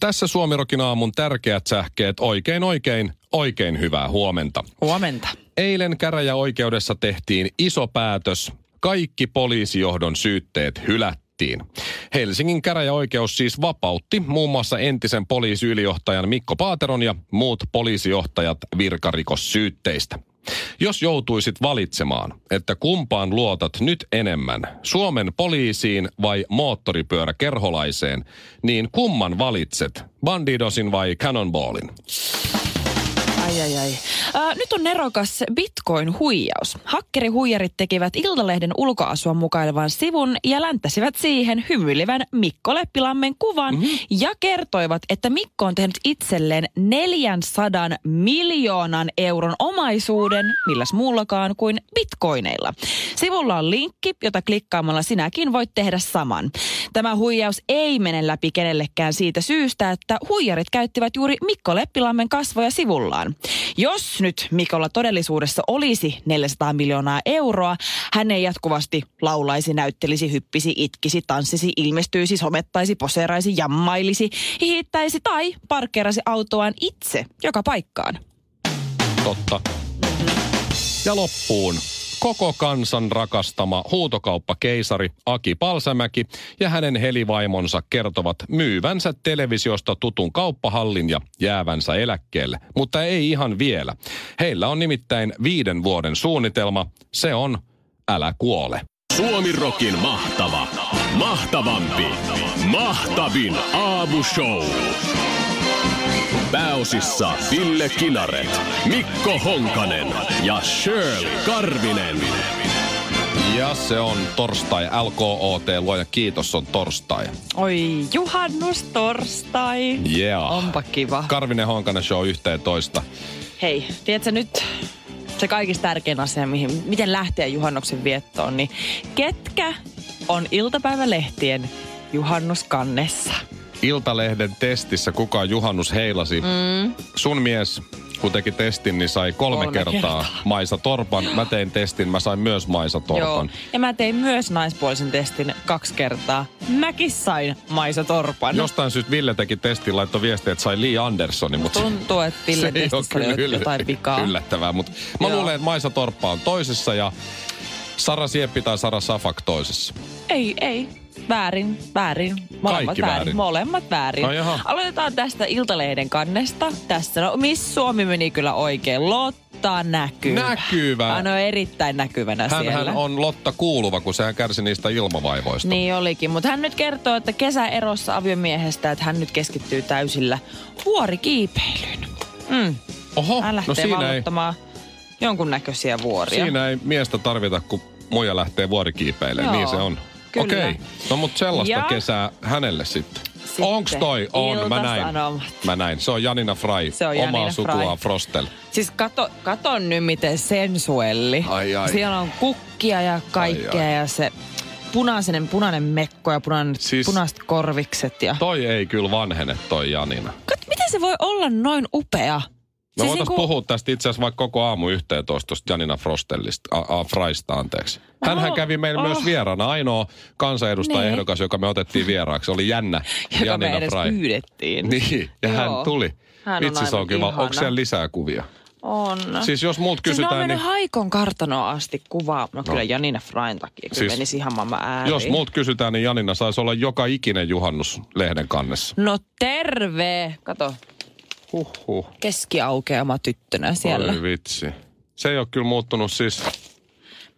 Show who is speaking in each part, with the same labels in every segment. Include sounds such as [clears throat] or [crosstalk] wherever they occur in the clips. Speaker 1: Tässä Suomirokin aamun tärkeät sähkeet. Oikein oikein, oikein hyvää huomenta.
Speaker 2: Huomenta.
Speaker 1: Eilen käräjäoikeudessa tehtiin iso päätös. Kaikki poliisijohdon syytteet hylättiin. Helsingin käräjäoikeus siis vapautti muun muassa entisen poliisiylijohtajan Mikko Paateron ja muut poliisijohtajat virkarikossyytteistä. Jos joutuisit valitsemaan, että kumpaan luotat nyt enemmän, Suomen poliisiin vai moottoripyöräkerholaiseen, niin kumman valitset, Bandidosin vai Cannonballin?
Speaker 2: Ai ai ai. Äh, nyt on nerokas bitcoin-huijaus. Hakkerihuijarit tekivät Iltalehden ulkoasua mukailevan sivun ja länttäsivät siihen hymyilevän Mikko Leppilammen kuvan mm-hmm. ja kertoivat, että Mikko on tehnyt itselleen 400 miljoonan euron omaisuuden, milläs muullakaan kuin bitcoineilla. Sivulla on linkki, jota klikkaamalla sinäkin voit tehdä saman. Tämä huijaus ei mene läpi kenellekään siitä syystä, että huijarit käyttivät juuri Mikko Leppilammen kasvoja sivullaan mukaan. Jos nyt Mikolla todellisuudessa olisi 400 miljoonaa euroa, hän ei jatkuvasti laulaisi, näyttelisi, hyppisi, itkisi, tanssisi, ilmestyisi, somettaisi, poseeraisi, jammailisi, hihittäisi tai parkkeerasi autoaan itse joka paikkaan.
Speaker 1: Totta. Ja loppuun koko kansan rakastama huutokauppakeisari Aki Palsämäki ja hänen helivaimonsa kertovat myyvänsä televisiosta tutun kauppahallin ja jäävänsä eläkkeelle. Mutta ei ihan vielä. Heillä on nimittäin viiden vuoden suunnitelma. Se on Älä kuole.
Speaker 3: Suomirokin mahtava, mahtavampi, mahtavin aamushow. Pääosissa Ville Kinaret, Mikko Honkanen ja Shirley Karvinen.
Speaker 1: Ja se on torstai, LKOT, luoja kiitos on torstai.
Speaker 2: Oi juhannus torstai.
Speaker 1: Yeah.
Speaker 2: Onpa kiva.
Speaker 1: Karvinen Honkanen show yhteen toista.
Speaker 2: Hei, tiedätkö nyt se kaikista tärkein asia, mihin, miten lähteä juhannuksen viettoon, niin ketkä on iltapäivälehtien juhannuskannessa?
Speaker 1: Iltalehden testissä kuka juhannus heilasi. Mm. Sun mies, kun teki testin, niin sai kolme,
Speaker 2: Kolme
Speaker 1: kolme kertaa,
Speaker 2: kertaa.
Speaker 1: kertaa Maisa Torpan. Mä tein testin, mä sain myös Maisa Torpan.
Speaker 2: Joo. Ja mä tein myös naispuolisen testin kaksi kertaa. Mäkin sain Maisa Torpan.
Speaker 1: Jostain syystä Ville teki testin, laittoi viestiä, että sai Lee Andersonin, mutta
Speaker 2: Tuntuu, että
Speaker 1: se
Speaker 2: Ville
Speaker 1: ei ole
Speaker 2: testissä
Speaker 1: kyllä
Speaker 2: oli
Speaker 1: yll-
Speaker 2: jotain vikaa.
Speaker 1: yllättävää. Mutta mä
Speaker 2: Joo.
Speaker 1: luulen, että Maisa Torppa on toisessa ja Sara Sieppi tai Sara Safak toisessa.
Speaker 2: Ei, ei. Väärin, väärin. Molemmat
Speaker 1: Kaikki väärin.
Speaker 2: Molemmat väärin.
Speaker 1: No jaha.
Speaker 2: Aloitetaan tästä Iltalehden kannesta. Tässä, no Miss Suomi meni kyllä oikein. Lotta näkyvä.
Speaker 1: Näkyvä.
Speaker 2: Hän on erittäin näkyvänä
Speaker 1: Hän,
Speaker 2: siellä.
Speaker 1: hän on Lotta Kuuluva, kun sehän kärsi niistä ilmavaivoista.
Speaker 2: Niin olikin, mutta hän nyt kertoo, että kesäerossa aviomiehestä, että hän nyt keskittyy täysillä vuorikiipeilyyn. Mm.
Speaker 1: Oho,
Speaker 2: Hän
Speaker 1: no
Speaker 2: lähtee no
Speaker 1: siinä ei,
Speaker 2: vallottamaan jonkunnäköisiä vuoria.
Speaker 1: siinä ei miestä tarvita, kun muija lähtee vuorikiipeille.
Speaker 2: Joo,
Speaker 1: Niin se on.
Speaker 2: kyllä.
Speaker 1: Okei, no mutta sellaista
Speaker 2: Ja-
Speaker 1: kesää hänelle sitten.
Speaker 2: Sitten
Speaker 1: Onks toi? On, mä näin.
Speaker 2: Ilta-Sanomat.
Speaker 1: Mä näin. Se on Janina Fry.
Speaker 2: Se on
Speaker 1: Omaa
Speaker 2: Janina Fry.
Speaker 1: sukua Frostel.
Speaker 2: Siis kato, kato nyt miten sensuelli.
Speaker 1: Ai, ai.
Speaker 2: Siellä on kukkia ja kaikkea
Speaker 1: Ai,
Speaker 2: ja se punainen, punainen mekko ja punainen, siis...
Speaker 1: Siis-
Speaker 2: punaiset korvikset. Ja...
Speaker 1: Toi ei kyllä vanhene, toi Janina.
Speaker 2: Kato, miten se voi olla noin upea? niinku-
Speaker 1: Me siis voitaisiin puhua tästä itse asiassa vaikka koko aamu yhteen tuosta tuosta Janina Frostellista, a, a, Fraista anteeksi. Hänhän
Speaker 2: Oh,
Speaker 1: kävi meillä
Speaker 2: oh.
Speaker 1: myös vieraana, ainoa kansanedustaja
Speaker 2: Niin.
Speaker 1: ehdokas, joka me otettiin vieraaksi, oli jännä
Speaker 2: [laughs] joka me
Speaker 1: Janina
Speaker 2: edes
Speaker 1: Fry.
Speaker 2: pyydettiin.
Speaker 1: Niin, ja hän
Speaker 2: Joo.
Speaker 1: tuli.
Speaker 2: Hän on
Speaker 1: Vitsi se
Speaker 2: aivan
Speaker 1: on kiva.
Speaker 2: ihana.
Speaker 1: Onko siellä lisää kuvia?
Speaker 2: On.
Speaker 1: Siis jos multa
Speaker 2: Siis ne on
Speaker 1: kysytään,
Speaker 2: mennyt
Speaker 1: niin...
Speaker 2: Haikon kartanoa asti kuvaamaan. No, kyllä Janina Frain takia. Kyllä
Speaker 1: Siis-
Speaker 2: menisi ihan maailman ääriin.
Speaker 1: Jos multa kysytään, niin Janina saisi olla joka ikinen juhannus lehden kannessa.
Speaker 2: No terve! Kato,
Speaker 1: Huhhuh.
Speaker 2: keskiaukeama tyttönä siellä.
Speaker 1: Oi vitsi. Se ei ole kyllä muuttunut siis,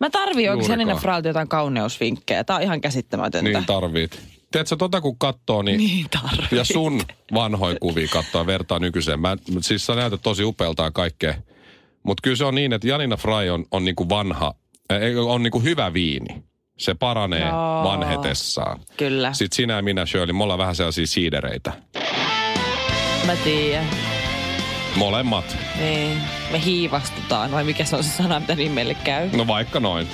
Speaker 2: Mä tarvii oikein
Speaker 1: Juurikaan.
Speaker 2: Janina Frailta jotain kauneusvinkkejä. Tää on ihan käsittämätöntä.
Speaker 1: niin tarvit. Tiedätkö, tota kun katsoo, niin
Speaker 2: Niin tarvii.
Speaker 1: Ja sun vanhoja kuvia katsoa vertaa nykyiseen. Mä, siis sä näytät tosi upealta ja kaikkea. Mutta kyllä se on niin, että Janina Fry on, on niinku vanha, ää, ei, on niinku hyvä viini. Se paranee
Speaker 2: Joo.
Speaker 1: vanhetessaan.
Speaker 2: Kyllä.
Speaker 1: Sitten sinä ja minä, Shirley, me ollaan vähän sellaisia siidereitä.
Speaker 2: Mä tiedän.
Speaker 1: Molemmat.
Speaker 2: Niin. Me hiivastutaan, vai mikä se on se sana, mitä niin meille käy?
Speaker 1: No vaikka noin.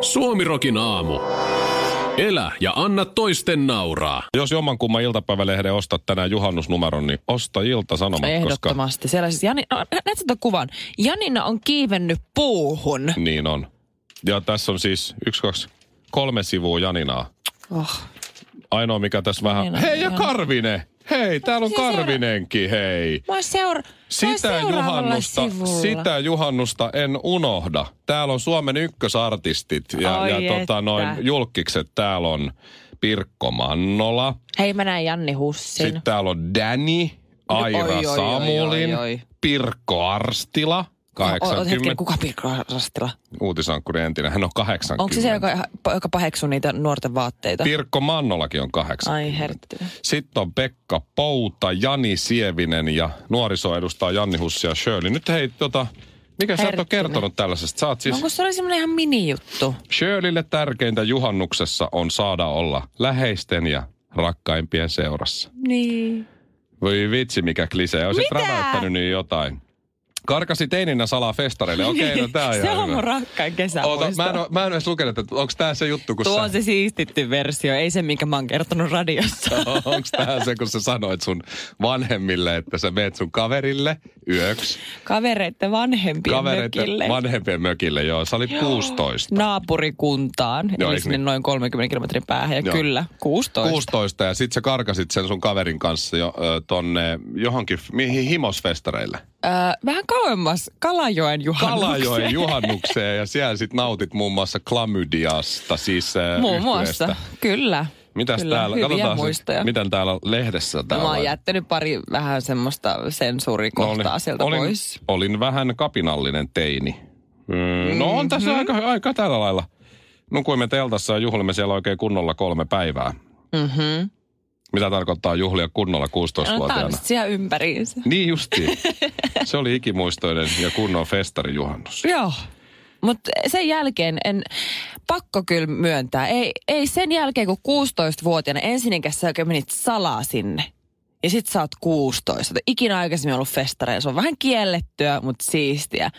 Speaker 3: Suomirokin aamu. Elä ja anna toisten nauraa.
Speaker 1: Jos jommankumman iltapäivälehden ostat tänään juhannusnumeron, niin osta iltasanomat, koska
Speaker 2: Ehdottomasti. Siellä siis Jani, no, nä- näet sä tuon kuvan? Janina on kiivennyt puuhun.
Speaker 1: niin on. Ja tässä on siis yksi, kaksi, kolme sivua Janinaa.
Speaker 2: Oh.
Speaker 1: Ainoa mikä tässä vähän...
Speaker 2: Janina,
Speaker 1: hei ja
Speaker 2: Janina.
Speaker 1: Karvinen! Hei, täällä on
Speaker 2: Niin Siis siellä-
Speaker 1: Karvinenkin, hei.
Speaker 2: Mä oon seura-
Speaker 1: Sitä juhannusta, sitä juhannusta en unohda. Täällä on Suomen ykkösartistit ja,
Speaker 2: Ai
Speaker 1: ja
Speaker 2: että.
Speaker 1: tota, noin julkikset. Täällä on Pirkko Mannola.
Speaker 2: Hei, mä näin Janni Hussin.
Speaker 1: Sitten täällä on Danny, Aira
Speaker 2: No, Oi, oi, oi,
Speaker 1: Samulin,
Speaker 2: oi, oi.
Speaker 1: Pirkko Arstila,
Speaker 2: O- oot hetken,
Speaker 1: 80,
Speaker 2: kuka Pirkko Rastila?
Speaker 1: uutisankkuri entinen, hän on 80.
Speaker 2: Onko se se, joka, joka paheksuu niitä nuorten vaatteita?
Speaker 1: Pirkko Mannolakin on 80.
Speaker 2: Ai hertty.
Speaker 1: Sitten on Pekka Pouta, Jani Sievinen ja nuorisoa edustaa Janni Hussi ja Shirley. Nyt hei, tota, mikä sä et ole
Speaker 2: Herttinen. No,
Speaker 1: kertonut tällaisesta? Sä oot siis
Speaker 2: Onko se oli semmoinen ihan minijuttu?
Speaker 1: Shirleylle tärkeintä juhannuksessa on saada olla läheisten ja rakkaimpien seurassa.
Speaker 2: Niin.
Speaker 1: Voi vitsi, mikä klisee. Olisit
Speaker 2: Mitä?
Speaker 1: räväyttänyt niin jotain. Karkasi teininä salaa festareille. Okei, no tää on
Speaker 2: [laughs] se
Speaker 1: ihan
Speaker 2: on
Speaker 1: hyvä.
Speaker 2: mun rakkain kesä
Speaker 1: Oota, mä en, oo- mä en oo edes lukenut, että onko tää se juttu, kun
Speaker 2: Tuo
Speaker 1: sä...
Speaker 2: on se siistitty versio, ei se, minkä mä oon kertonut radiossa.
Speaker 1: [laughs] Onko tämä se, kun sä sanoit sun vanhemmille, että sä meet sun kaverille yöksi?
Speaker 2: Kavereitten vanhempien
Speaker 1: Kavereiden
Speaker 2: mökille.
Speaker 1: vanhempien mökille, joo. Sä olit 16.
Speaker 2: naapurikuntaan,
Speaker 1: Joo,
Speaker 2: eli
Speaker 1: eikö
Speaker 2: sinne
Speaker 1: niin?
Speaker 2: noin 30 kilometrin päähän. Ja
Speaker 1: Joo.
Speaker 2: kyllä, 16.
Speaker 1: 16 ja sit sä karkasit sen sun kaverin kanssa jo ö, tonne johonkin, f- mihin himosfestareille.
Speaker 2: Öö, vähän kauemmas Kalajoen juhannukseen.
Speaker 1: Kalajoen juhannukseen ja siellä sit nautit muun muassa klamydiasta, siis ö,
Speaker 2: [laughs] Muun
Speaker 1: yhtyeestä.
Speaker 2: muassa, kyllä.
Speaker 1: Mitäs
Speaker 2: kyllä,
Speaker 1: täällä,
Speaker 2: hyviä
Speaker 1: katsotaan
Speaker 2: muistoja.
Speaker 1: miten täällä lehdessä
Speaker 2: No,
Speaker 1: täällä
Speaker 2: mä oon
Speaker 1: on.
Speaker 2: jättänyt pari vähän semmoista sensuurikohtaa
Speaker 1: Olin-
Speaker 2: sieltä
Speaker 1: No olin,
Speaker 2: pois.
Speaker 1: Olin vähän kapinallinen teini. Mm, no on
Speaker 2: Mhm.
Speaker 1: tässä aika, aika tällä lailla. Nukuimme teltassa ja juhlimme siellä oikein kunnolla kolme päivää.
Speaker 2: Mm-hmm.
Speaker 1: Mitä tarkoittaa juhlia kunnolla
Speaker 2: No, tää on
Speaker 1: 16-vuotiaana?
Speaker 2: sit siellä ympäriinsä.
Speaker 1: Niin justiin. Se oli ikimuistoinen ja kunnon festarijuhannus.
Speaker 2: Joo. Mutta sen jälkeen en, pakko kyllä myöntää, ei, ei sen jälkeen kun 16-vuotiaana ensinnäkin sä oikein menit salaa sinne. Ja sit sä oot 16. Oot Ikinä aikaisemmin ollut festareilla. Se on vähän kiellettyä, mutta siistiä.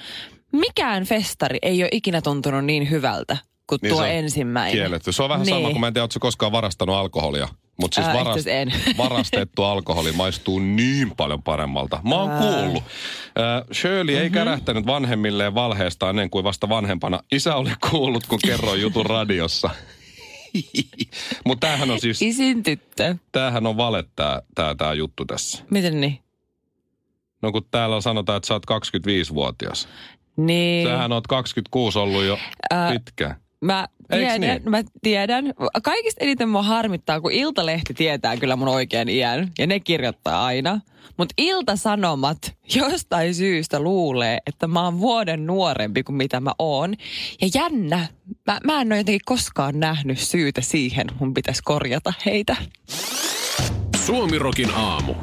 Speaker 2: Mikään festari ei ole ikinä tuntunut niin hyvältä kuin
Speaker 1: Niin
Speaker 2: tuo
Speaker 1: se on
Speaker 2: ensimmäinen.
Speaker 1: Kielletty. Se on vähän niin. sama
Speaker 2: Niin.
Speaker 1: kuin mä en tiedä, ootko sä koskaan varastanut alkoholia. Mutta siis
Speaker 2: Ää, itse
Speaker 1: varas,
Speaker 2: asiassa en. [laughs]
Speaker 1: varastettu alkoholi maistuu niin paljon paremmalta. Mä oon kuullut. Äh, Shirley
Speaker 2: Mhm.
Speaker 1: ei kärähtänyt vanhemmilleen valheesta ennen kuin vasta vanhempana. Isä oli kuullut, kun kerroin jutun radiossa. [laughs] Mutta tämähän on siis,
Speaker 2: Isin tyttö.
Speaker 1: tämähän on vale tää, tää, tää juttu tässä.
Speaker 2: Miten niin?
Speaker 1: No kun täällä sanotaan, että sä oot 25-vuotias.
Speaker 2: Niin.
Speaker 1: Sähän oot 26 ollut jo
Speaker 2: Ää,
Speaker 1: pitkään.
Speaker 2: Mä
Speaker 1: Eiks
Speaker 2: tiedän,
Speaker 1: niin?
Speaker 2: mä tiedän. Kaikista eniten mua harmittaa, kun Iltalehti tietää kyllä mun oikean iän. Ja ne kirjoittaa aina. Mutta Iltasanomat jostain syystä luulee, että mä oon vuoden nuorempi kuin mitä mä oon. Ja jännä, mä, mä en ole jotenkin koskaan nähnyt syytä siihen, mun pitäisi korjata heitä.
Speaker 3: Suomirokin aamu.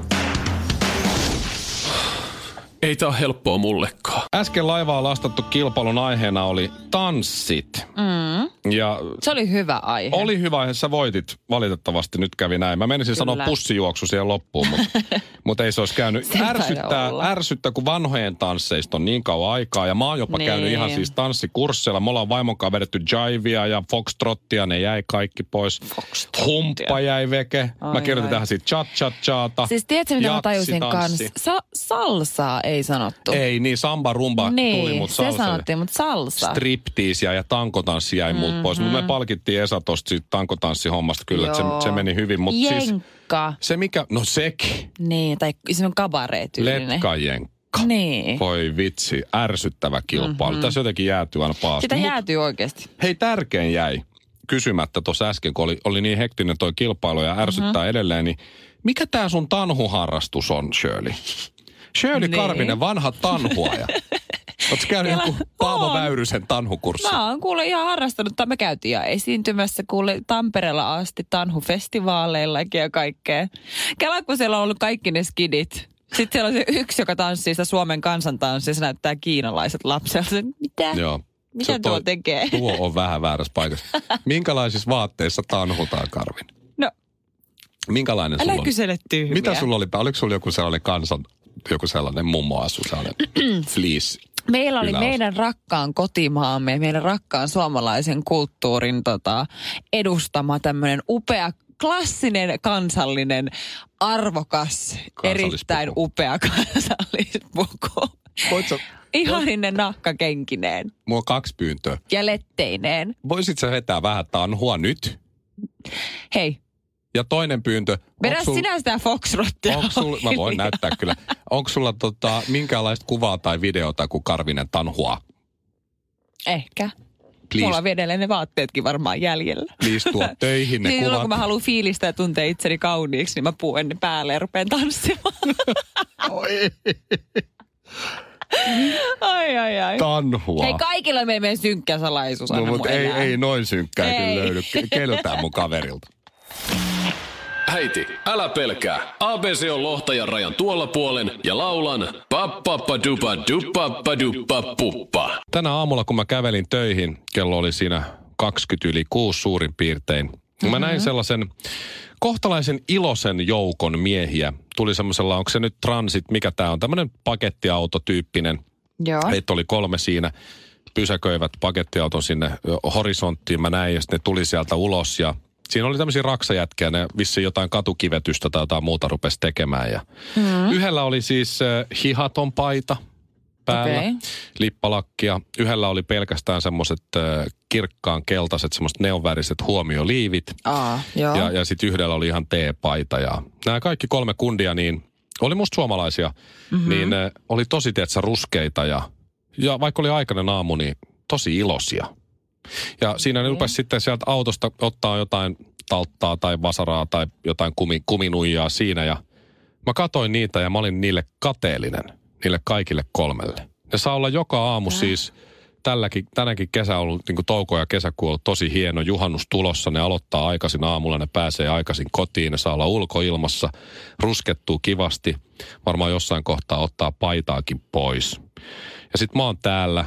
Speaker 3: Ei tää oo helppoa mullekaan.
Speaker 1: Äsken laivaa lastattu kilpailun aiheena oli tanssit. Mm. Ja
Speaker 2: Se oli hyvä aihe.
Speaker 1: oli hyvä aihe, sä voitit. Valitettavasti nyt kävi näin. Mä menisin sanoa
Speaker 2: Kyllä.
Speaker 1: pussijuoksu siihen loppuun,
Speaker 2: [laughs]
Speaker 1: mutta, mutta ei se olisi käynyt.
Speaker 2: Se taisi
Speaker 1: Ärsyttää,
Speaker 2: olla.
Speaker 1: ärsyttää, kun vanhojen tansseista on niin kauan aikaa. Ja mä oon jopa
Speaker 2: Niin.
Speaker 1: käynyt ihan siis tanssikursseilla. Me ollaan vaimon kanssa vedetty jivea ja foxtrottia, ne jäi kaikki pois. Humppa jäi veke. mä
Speaker 2: Ai,
Speaker 1: kirjoitin
Speaker 2: ai.
Speaker 1: tähän siitä cha-cha-chaata.
Speaker 2: Siis tiedätkö, mitä mä
Speaker 1: Jatsi,
Speaker 2: tajusin
Speaker 1: tanssi.
Speaker 2: kanssa? Sa- salsaa ei sanottu.
Speaker 1: Ei niin, samba rumba tuli,
Speaker 2: niin,
Speaker 1: mutta
Speaker 2: se sanottiin, mutta salsa.
Speaker 1: striptiisiä ja tankotanssi jäi mm-hmm.
Speaker 2: Mhm.
Speaker 1: multa pois. Mutta me palkittiin Esa tosta siitä tankotanssihommasta kyllä, että se,
Speaker 2: Joo.
Speaker 1: se meni hyvin. Mutta siis
Speaker 2: Jenkka.
Speaker 1: se mikä, no sekin,
Speaker 2: Niin, tai semmoinen kabareetyylinen.
Speaker 1: letkajen.
Speaker 2: Niin.
Speaker 1: Voi vitsi, ärsyttävä kilpailu. Mm-hmm. Tässä jotenkin jäätyy aina paasti.
Speaker 2: Mhm. Sitä
Speaker 1: Mut
Speaker 2: jäätyy oikeasti.
Speaker 1: Hei, tärkein jäi kysymättä tuossa äsken, kun oli, oli niin hektinen toi kilpailu ja ärsyttää
Speaker 2: Mhm.
Speaker 1: mm-hmm. edelleen, niin mikä tämä sun tanhuharrastus on, Shirley? Shirley
Speaker 2: Niin.
Speaker 1: niin. Karvinen, vanha
Speaker 2: [laughs]
Speaker 1: tanhuaja. Oletko käynyt joku Paavo
Speaker 2: on.
Speaker 1: Väyrysen tanhukurssi?
Speaker 2: Mä oon kuule ihan harrastanut, tai mä käytiin ihan esiintymässä kuule Tampereella asti tanhufestivaaleillakin ja kaikkea. Kela, kun siellä on ollut kaikki ne skidit. Sitten siellä on se yksi, joka tanssii sitä Suomen kansantanssia, se näyttää kiinalaiset lapselta. Mitä?
Speaker 1: Joo.
Speaker 2: Eh, Mitä
Speaker 1: Se
Speaker 2: tuo tekee?
Speaker 1: Tuo on vähän väärässä
Speaker 2: [laughs]
Speaker 1: paikassa. Minkälaisissa vaatteissa tanhutaan, Karvin?
Speaker 2: No,
Speaker 1: Minkälainen
Speaker 2: älä
Speaker 1: sulla
Speaker 2: kysele
Speaker 1: oli?
Speaker 2: tyhmiä.
Speaker 1: Mitä sulla oli? Oliko sulla joku sellainen kansan joku sellainen mummo asuu,
Speaker 2: [clears throat]
Speaker 1: sellainen fleece.
Speaker 2: Meillä oli
Speaker 1: Yläosa.
Speaker 2: meidän rakkaan kotimaamme, meidän rakkaan suomalaisen kulttuurin tota, edustama tämmöinen upea, klassinen, kansallinen, arvokas,
Speaker 1: Kansallispuku.
Speaker 2: erittäin upea kansallispuku.
Speaker 1: Voit sä, No.
Speaker 2: Ihaninen nahkakenkineen
Speaker 1: mulla on kaksi pyyntöä.
Speaker 2: ja letteineen.
Speaker 1: Voisit sä vetää vähän tanhua nyt?
Speaker 2: Hei,
Speaker 1: Ja toinen pyyntö.
Speaker 2: vedä
Speaker 1: onks sul-
Speaker 2: sinä sitä foxrottia.
Speaker 1: Onko sulla, mä
Speaker 2: [laughs]
Speaker 1: voin
Speaker 2: hiljaa.
Speaker 1: näyttää kyllä. Onko sulla tota, minkäänlaista kuvaa tai videota, kun Karvinen tanhuaa?
Speaker 2: Ehkä.
Speaker 1: Please.
Speaker 2: Mulla on vielä ne vaatteetkin varmaan jäljellä.
Speaker 1: Please tuo töihin ne
Speaker 2: [laughs] Niin silloin, kun mä
Speaker 1: kuvat.
Speaker 2: haluan fiilistä ja tuntea itseni kauniiksi, niin mä puen ne päälle ja rupean tanssimaan.
Speaker 1: [laughs] Oi,
Speaker 2: Ai, ai, ai.
Speaker 1: tanhua.
Speaker 2: Hei, kaikilla me ei mene synkkä salaisuus.
Speaker 1: no,
Speaker 2: anna
Speaker 1: mutta
Speaker 2: mun
Speaker 1: ei,
Speaker 2: elää.
Speaker 1: ei noin synkkää ei.
Speaker 2: Ei.
Speaker 1: kyllä löydy ke- keltään mun kaverilta.
Speaker 3: Äiti, älä pelkää. ABC on lohtajan rajan tuolla puolen ja laulan pappappadupa dupapaduppa puppa.
Speaker 1: Tänä aamulla, kun mä kävelin töihin, kello oli siinä 20 yli 6 suurin piirtein. niin Mä
Speaker 2: Mhm.
Speaker 1: näin sellaisen kohtalaisen iloisen joukon miehiä. Tuli semmoisella, onko se nyt transit, mikä tämä on, tämmöinen pakettiautotyyppinen.
Speaker 2: Joo.
Speaker 1: Heitä oli kolme siinä, pysäköivät pakettiauton sinne ö, horisonttiin. Mä näin, ja sitten ne tuli sieltä ulos ja Siinä oli tämmöisiä raksajätkiä, ne vissiin jotain katukivetystä tai jotain muuta rupesi tekemään. Ja mm. Yhdellä oli siis ö, hihaton paita päällä, okay.
Speaker 2: Okei.
Speaker 1: lippalakkia. Yhdellä oli pelkästään semmoiset ö, kirkkaan keltaiset, semmoiset neonväriset huomioliivit.
Speaker 2: Aa, joo.
Speaker 1: Ja, ja sitten yhdellä oli ihan T-paita. Ja nämä kaikki kolme kundia, niin oli musta suomalaisia, mm-hmm. niin äh, oli tosi, tietsä, ruskeita ja, ja vaikka oli aikainen aamu, niin tosi iloisia. Ja siinä ne rupesi sitten sieltä autosta ottaa jotain talttaa tai vasaraa tai jotain kumi, kuminuijaa siinä ja mä katoin niitä ja mä olin niille kateellinen, niille kaikille kolmelle. Ne saa olla joka aamu siis, tälläkin, tänäkin kesä on ollut, niin kuin touko ja kesäkuu on ollut tosi hieno, juhannus tulossa, ne aloittaa aikaisin aamulla, ne pääsee aikaisin kotiin, ne saa olla ulkoilmassa, ruskettuu kivasti, varmaan jossain kohtaa ottaa paitaakin pois. Ja sit mä oon täällä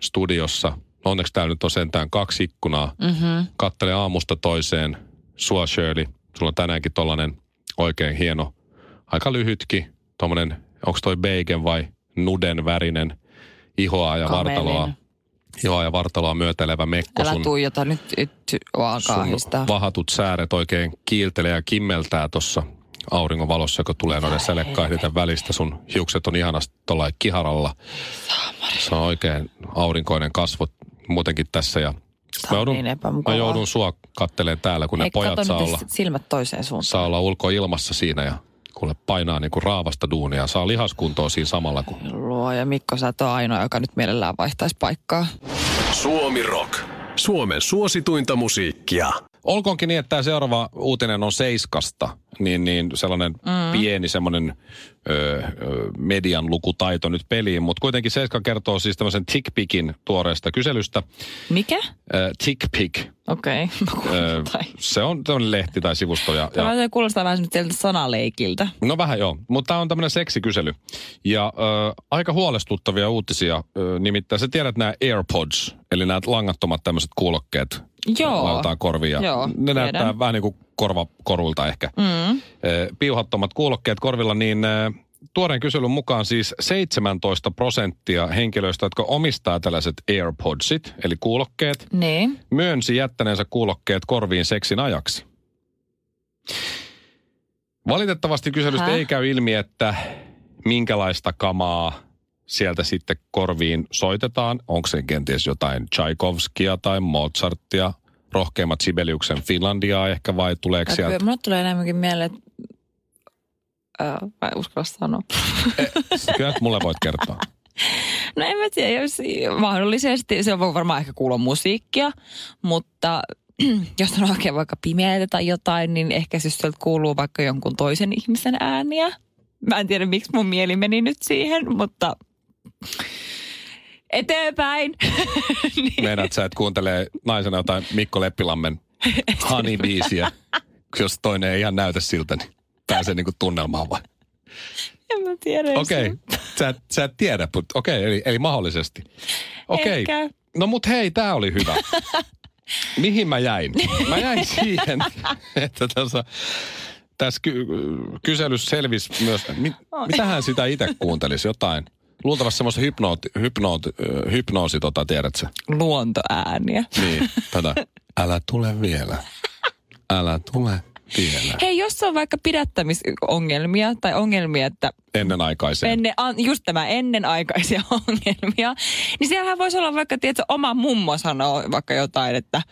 Speaker 1: studiossa, No onneksi täällä nyt on sentään kaksi ikkunaa,
Speaker 2: Mm-hmm.
Speaker 1: kattele aamusta toiseen sua Shirley. Sulla on tänäänkin tollanen oikein hieno, aika lyhytki, tommonen, onko toi bacon vai nuden värinen ihoa ja
Speaker 2: Kamelin.
Speaker 1: vartaloa. Ihoa ja vartaloa myötelevä mekko
Speaker 2: Älä
Speaker 1: sun,
Speaker 2: tuijota nyt, nyt alkaa
Speaker 1: sun
Speaker 2: histää.
Speaker 1: vahatut sääret oikein kiiltelee ja kimmeltää tuossa auringon valossa, joka tulee noiden sälekkaihdeiden välistä. Sun hiukset on ihanasti tuolla kiharalla. Se on oikein aurinkoinen kasvot muutenkin tässä ja
Speaker 2: Tämä on niin epämukavaa.
Speaker 1: mä joudun sua katteleen täällä, kun ne
Speaker 2: Ei,
Speaker 1: pojat
Speaker 2: kato
Speaker 1: saa
Speaker 2: nyt
Speaker 1: olla,
Speaker 2: silmät toiseen suuntaan.
Speaker 1: saa olla ulkoilmassa siinä ja kuule painaa niin kuin raavasta duunia. Saa lihaskuntoa siinä samalla, kun
Speaker 2: Luo ja Mikko, sä et ole ainoa, joka nyt mielellään vaihtaisi paikkaa.
Speaker 3: Suomi Rock. Suomen suosituinta musiikkia.
Speaker 1: Olkoonkin niin, että tämä seuraava uutinen on Seiskasta, niin, niin sellainen mm. pieni semmoinen ö, ö, median lukutaito nyt peliin, mutta kuitenkin Seiska kertoo siis tämmöisen TickPikin tuoreesta kyselystä.
Speaker 2: Mikä?
Speaker 1: Ö, TickPick,
Speaker 2: Okei. [laughs]
Speaker 1: ö,
Speaker 2: Okay.
Speaker 1: se on tämmöinen lehti tai sivusto. Ja, ja,
Speaker 2: Tämä ja. kuulostaa vähän sieltä sanaleikiltä.
Speaker 1: No vähän joo, mutta tämä on tämmöinen seksikysely. Ja ö, aika huolestuttavia uutisia, ö, nimittäin sä tiedät nämä AirPods, eli nämä langattomat tämmöiset kuulokkeet.
Speaker 2: Joo.
Speaker 1: Lautaan korvia.
Speaker 2: Joo,
Speaker 1: ne
Speaker 2: tiedän.
Speaker 1: näyttää vähän niin kuin korvakorulta ehkä.
Speaker 2: Mm.
Speaker 1: Ö, piuhattomat kuulokkeet korvilla, niin ö, tuoreen kyselyn mukaan siis 17 prosenttia henkilöistä, jotka omistaa tällaiset AirPodsit, eli kuulokkeet,
Speaker 2: Niin.
Speaker 1: myönsi jättäneensä kuulokkeet korviin seksin ajaksi. Valitettavasti kyselystä
Speaker 2: Häh?
Speaker 1: ei käy ilmi, että minkälaista kamaa sieltä sitten korviin soitetaan. Onko se kenties jotain Tchaikovskia tai Mozartia, rohkeimmat Sibeliuksen Finlandiaa ehkä vai tuleeko
Speaker 2: Ja
Speaker 1: sieltä?
Speaker 2: Kyllä, mulle tulee enemmänkin mieleen, että... Äh, vai uskalla sanoa?
Speaker 1: Kyllä nyt mulle voit kertoa.
Speaker 2: No en mä tiedä, jos mahdollisesti, se voi varmaan ehkä kuulla musiikkia, mutta [clears throat] jos on oikein vaikka pimeätä tai jotain, niin ehkä siis sieltä kuuluu vaikka jonkun toisen ihmisen ääniä. Mä en tiedä, miksi mun mieli meni nyt siihen, mutta eteenpäin. [laughs] niin.
Speaker 1: Meinaat sä, että kuuntelee naisena jotain Mikko Leppilammen Honey-biisiä, jos toinen ei ihan näytä siltä, niin pääsee niinku tunnelmaan vai?
Speaker 2: En mä tiedä. jos-
Speaker 1: Okei, okay. sä, et- sä et tiedä, mutta okei, okay, eli, eli mahdollisesti. Okei, okay.
Speaker 2: Ehkä.
Speaker 1: no mut hei, tää oli hyvä. Mihin mä jäin? Mä jäin siihen, että tässä tässä ky- kyselyssä selvisi myös, mit, mitähän sitä itse kuuntelisi, jotain. Luultavasti semmoista hypnooti, hypnooti, hypnoosi, tota, tiedätkö?
Speaker 2: Luontoääniä.
Speaker 1: Niin, tätä. Älä tule vielä. Älä tule vielä.
Speaker 2: Hei, jos on vaikka pidättämisongelmia tai ongelmia, että
Speaker 1: Ennenaikaiseen.
Speaker 2: enne, an- just tämä ennenaikaisia [laughs] ongelmia, niin siellähän voisi olla vaikka, tiedätkö, oma mummo sanoo vaikka jotain, että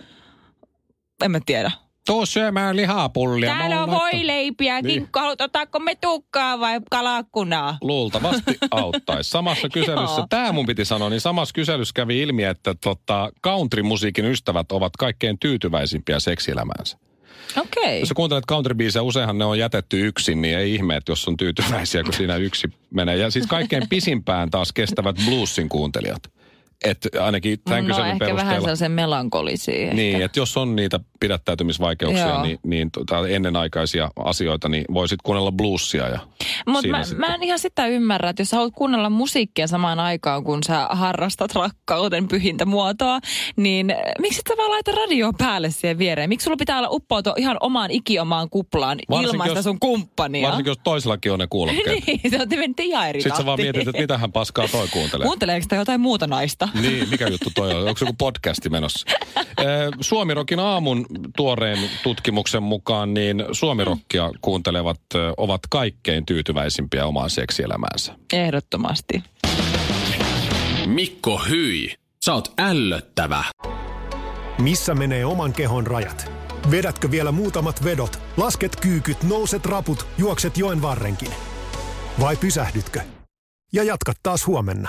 Speaker 2: en mä tiedä.
Speaker 1: Tuu syömään lihapullia. Mä
Speaker 2: Täällä
Speaker 1: oon
Speaker 2: on
Speaker 1: laittanut-
Speaker 2: voileipiä,
Speaker 1: Niin.
Speaker 2: niin. kinkku, haluat, otaako me tukkaa vai kalakkunaa?
Speaker 1: Luultavasti auttaisi. Samassa kyselyssä,
Speaker 2: [laughs] Joo.
Speaker 1: tämä mun piti sanoa, niin samassa kyselyssä kävi ilmi, että tota, countrymusiikin ystävät ovat kaikkein tyytyväisimpiä seksielämäänsä.
Speaker 2: Okei.
Speaker 1: Jos sä kuuntelet countrybiisejä, useinhan ne on jätetty yksin, niin ei ihme, että jos on tyytyväisiä, kun siinä yksi menee. Ja siis kaikkein pisimpään taas kestävät bluesin kuuntelijat. Et ainakin tämän
Speaker 2: No
Speaker 1: kyselyn
Speaker 2: ehkä vähän
Speaker 1: perusteella.
Speaker 2: sellaisen melankolisia.
Speaker 1: Niin,
Speaker 2: ehkä.
Speaker 1: että jos on niitä pidättäytymisvaikeuksia,
Speaker 2: Joo.
Speaker 1: niin, niin tota, ennenaikaisia asioita, niin voisit kuunnella bluesia. Ja
Speaker 2: Mutta
Speaker 1: siinä
Speaker 2: mä,
Speaker 1: sitten-
Speaker 2: mä en ihan sitä ymmärrä, että jos sä haluat kuunnella musiikkia samaan aikaan, kun sä harrastat rakkauden pyhintä muotoa, niin äh, miksi et sä vaan laita radio päälle siihen viereen? Miksi sulla pitää olla uppoutua ihan omaan ikiomaan kuplaan
Speaker 1: Varsinkin
Speaker 2: ilman sitä
Speaker 1: jos-
Speaker 2: sun kumppania?
Speaker 1: Varsinkin, jos toisellakin on ne kuulokkeet.
Speaker 2: [laughs] niin, se on te mennyt ihan eri
Speaker 1: Sitten sä vaan
Speaker 2: tahtiin.
Speaker 1: mietit, että mitähän paskaa toi kuuntelee.
Speaker 2: Kuunteleeko sitä jotain muuta naista?
Speaker 1: Niin, mikä juttu toi on? Onko se joku podcasti menossa? Ee, Suomirokin aamun tuoreen tutkimuksen mukaan niin Suomirokkia kuuntelevat ö, ovat kaikkein tyytyväisimpiä omaan seksielämäänsä.
Speaker 2: [laughs] Ehdottomasti.
Speaker 3: Mikko Hyi, sä oot ällöttävä.
Speaker 4: Missä menee oman kehon rajat? Vedätkö vielä muutamat vedot? Lasket kyykyt, nouset raput, juokset joen varrenkin. Vai pysähdytkö? Ja jatka taas huomenna.